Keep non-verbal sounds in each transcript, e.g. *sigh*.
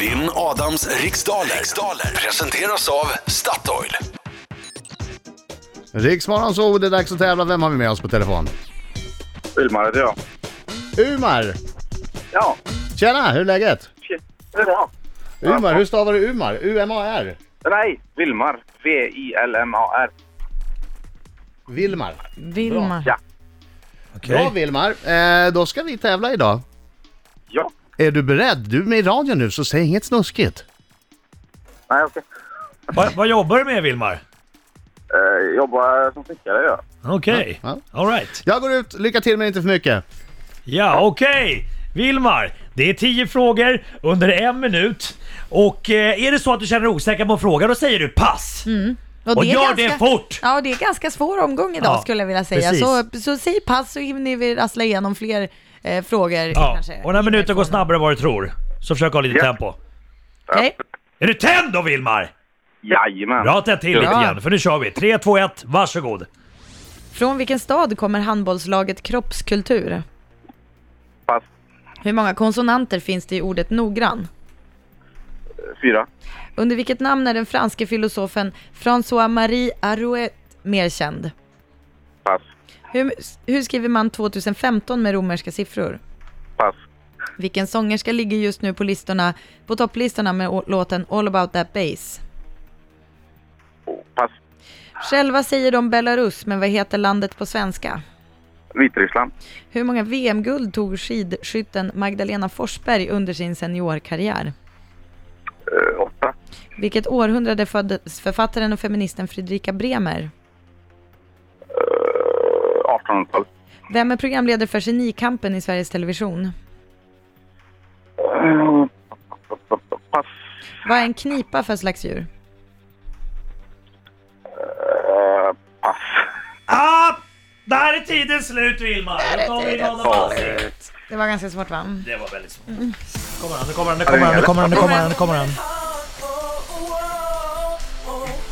Vinn Adams riksdaler. riksdaler presenteras av Statoil. Riksmorgon så det är dags att tävla. Vem har vi med oss på telefon? Vilmar heter jag. Umar! Ja, Tjena, hur är läget? shit. Det är bra. Umar, hur stavar du Umar? U-M-A-R? Nej, Vilmar. V-I-L-M-A-R. Vilmar. Vilma. Ja. Bra Vilmar, eh, då ska vi tävla idag. Ja. Är du beredd? Du är med i radion nu så säg inget snuskigt. Nej, okej. Va, vad jobbar du med Vilmar? Eh, jobbar som snickare, ja. Okej, Ja, alright. Jag går ut, lycka till men inte för mycket. Ja, okej. Vilmar, det är tio frågor under en minut. Och eh, är det så att du känner dig osäker på en fråga, då säger du pass. Och gör det fort! Ja, det är ganska svår omgång idag Ja, skulle jag vilja säga. Så, precis. så säg pass så hinner vi rassla igenom fler eh, frågor. Ja. kanske. Och när minuten går snabbare än vad du tror, så försök ha lite Ja. tempo. Okej. Är du tänd då Vilmar? Jajamän. Bra att jag till lite Ja. grann, för nu kör vi. 3, 2, 1, varsågod. Från vilken stad kommer handbollslaget Kroppskultur? Pass. Hur många konsonanter finns det i ordet noggrann? Fyra. Under vilket namn är den franske filosofen François-Marie Arouet mer känd? Pass. Hur, hur skriver man 2015 med romerska siffror? Pass. Vilken sångerska ligger just nu på, listorna, på topplistorna med å- låten All about that bass? Och Pass. Själva säger de Belarus, men vad heter landet på svenska? Vitryssland. Hur många VM-guld tog skidskytten Magdalena Forsberg under sin seniorkarriär? Eh, åtta. Vilket århundrade föddes författaren och feministen Fredrika Bremer? Eh, 1800-tal. Vem är programledare för Genikampen i Sveriges Television? Eh, Pass. Vad är en knipa för slags djur? Eh, pass. Ah! Där är tiden slut Vilmar! Nu tar vi en pass. Det var ganska svårt va? Det var väldigt svårt. Nu kommer han, nu kommer han, nu kommer han, nu kommer han, nu kommer han, nu kommer han.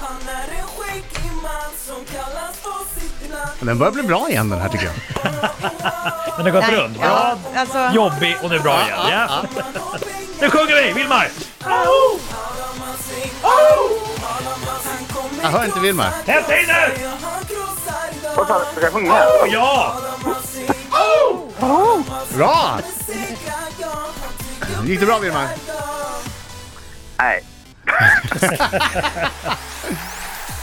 Han är en skäggig man som kallas på sitt namn Den börjar bli bra igen den här tycker jag. Den har gått runt. Bra, Ja, alltså, jobbig och nu bra igen. Ja. och pengar Nu sjunger vi Vilmar! Har de hans ring Har de hans Han kommer Jag hör inte Vilmar. Hämta in nu! krossa, Han krossar Vad idag fan, Ska jag sjunga? Ja! Har de hans ring Bra! Segrar jag Han tycker Gick det bra Vilmar? idag Nej.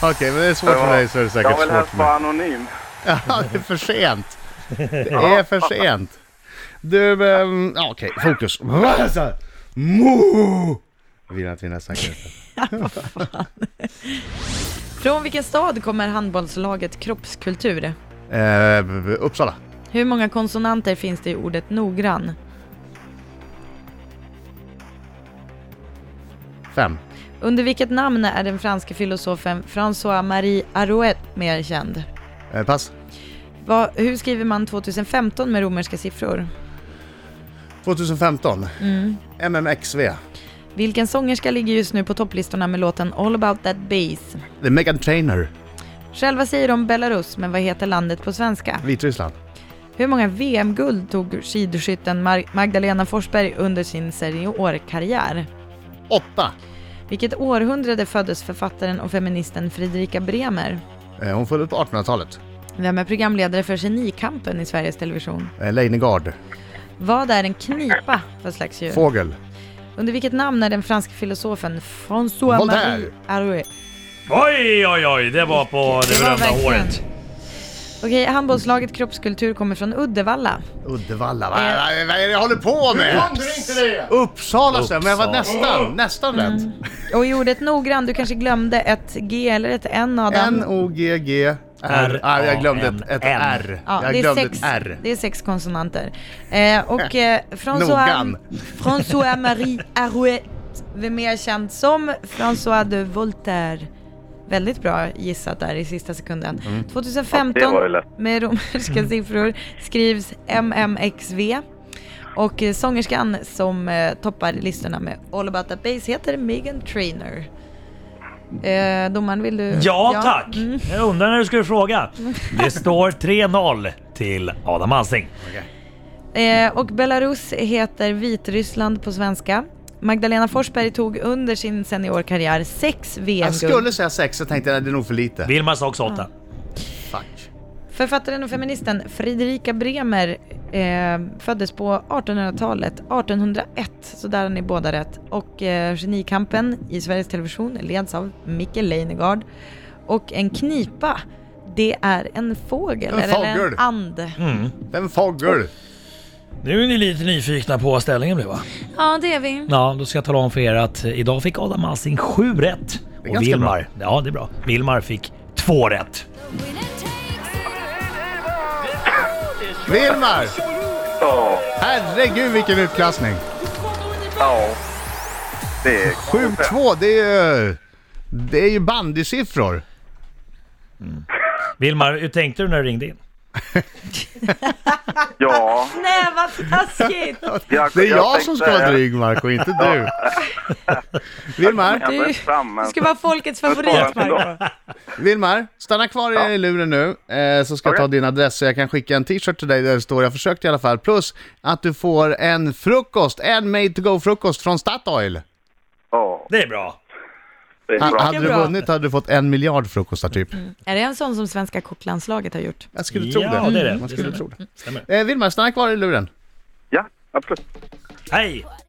Okej, men det är svårt för dig så är det säkert jag vill svårt helst för mig. vara anonym. *laughs* Ja, det är för sent. Det är för sent. Du, ehm, ja okej, fokus. Vasa! Mo! Vill att vi nästan kan från vilken stad kommer handbollslaget Kroppskultur? eh, b- b- Uppsala. Hur många konsonanter finns det i ordet noggrann? Fem. Under vilket namn är den franske filosofen François-Marie Arouet mer känd? Eh, pass. Vad- hur skriver man 2015 med romerska siffror? 2015. Mm. MMXV. Vilken sångerska ligger just nu på topplistorna med låten All about that bass? Det är Megan Trainer. Själva säger de Belarus, men vad heter landet på svenska? Vitryssland. Hur många VM-guld tog skidskytten Mar- Magdalena Forsberg under sin seniorkarriär? Åtta. Vilket århundrade föddes författaren och feministen Fredrika Bremer? Eh, hon föddes på 1800-talet. Vem är programledare för Genikampen i Sveriges Television? Eh, Leijnegard. Vad är en knipa för slags djur? Fågel. Under vilket namn är den franske filosofen Voltaire. François-Marie Arouet? Oj, oj, oj, det var på det Det var berömda verkligen. håret. Okej, handbollslaget Kroppskultur kommer från Uddevalla. Uddevalla. Vad vad- vad är det jag håller på med? Uppsala sa jag, men jag var nästan, nästan rätt. Mm. Och i ordet noggrann, du kanske glömde ett G eller ett N Adam? N-O-G-G R. R, Ah, jag glömde ett, ett A, N. R. Ja, jag det, är glömde sex, ett R. det är sex konsonanter. Eh, och eh, François, Noggrann. François-Marie Arouet, vem mer känd som François de Voltaire. Väldigt bra gissat där i sista sekunden. 2015 Mm. Ja, det var ju lätt. Mm. med romerska siffror skrivs MMXV. Och eh, sångerskan som eh, toppar listorna med All about that bass heter Megan Trainer. Eh, domaren vill du? Mm. Ja, tack. Jag undrar när du skulle fråga. Det står 3-0 till Adam Alsing. Eh, och Belarus heter Vitryssland på svenska. Magdalena Forsberg tog under sin seniorkarriär sex Jag VM-guld. skulle säga sex, så tänkte jag att det är nog för lite. Vilma sa också åtta. Fuck. Författaren och feministen Fredrika Bremer eh, föddes på 1800-talet, 1801, så där har ni båda rätt. Och eh, Genikampen i Sveriges Television leds av Micke Leijnegard. Och en knipa, det är en fågel, En eller fågel. Mm. en and. Den fågel. Nu är ni lite nyfikna på vad ställningen blev va? Ja, det är vi. Ja, då ska jag tala om för er att eh, idag fick Adam Alsing sju rätt. är Och ganska Vilmar, ja det är bra. Vilmar fick två rätt. Vilmar! Ja. Herregud vilken utklassning. Ja. Det är... 7-2, det är ju... Det är ju bandysiffror. Vilmar, hur tänkte du när du ringde in? Ja. Nej, vad taskigt! Jag, Det är jag, som tänkte- ska vara dryg Marco, inte du. *laughs* Vilmar, Jag Du- är fram, men... Du ska vara folkets favorit, Jag tar en Marco. dag. Vilmar, stanna kvar i luren nu eh, så ska jag ta Okej. din adress så jag kan skicka en t-shirt till dig där det står jag försökte i alla fall. Plus att du får en frukost, en made to go frukost från Statoil. Ja, Det är bra. det är Ha, bra. hade du bra. vunnit hade du fått en miljard frukostar typ. Är det en sån som svenska kocklandslaget har gjort? Jag skulle tro Mm. Eh, Ja, det är det. Man Det skulle stämmer. tro det. Stämmer. Eh, Vilmar, stanna kvar i luren. Ja, absolut. Hej!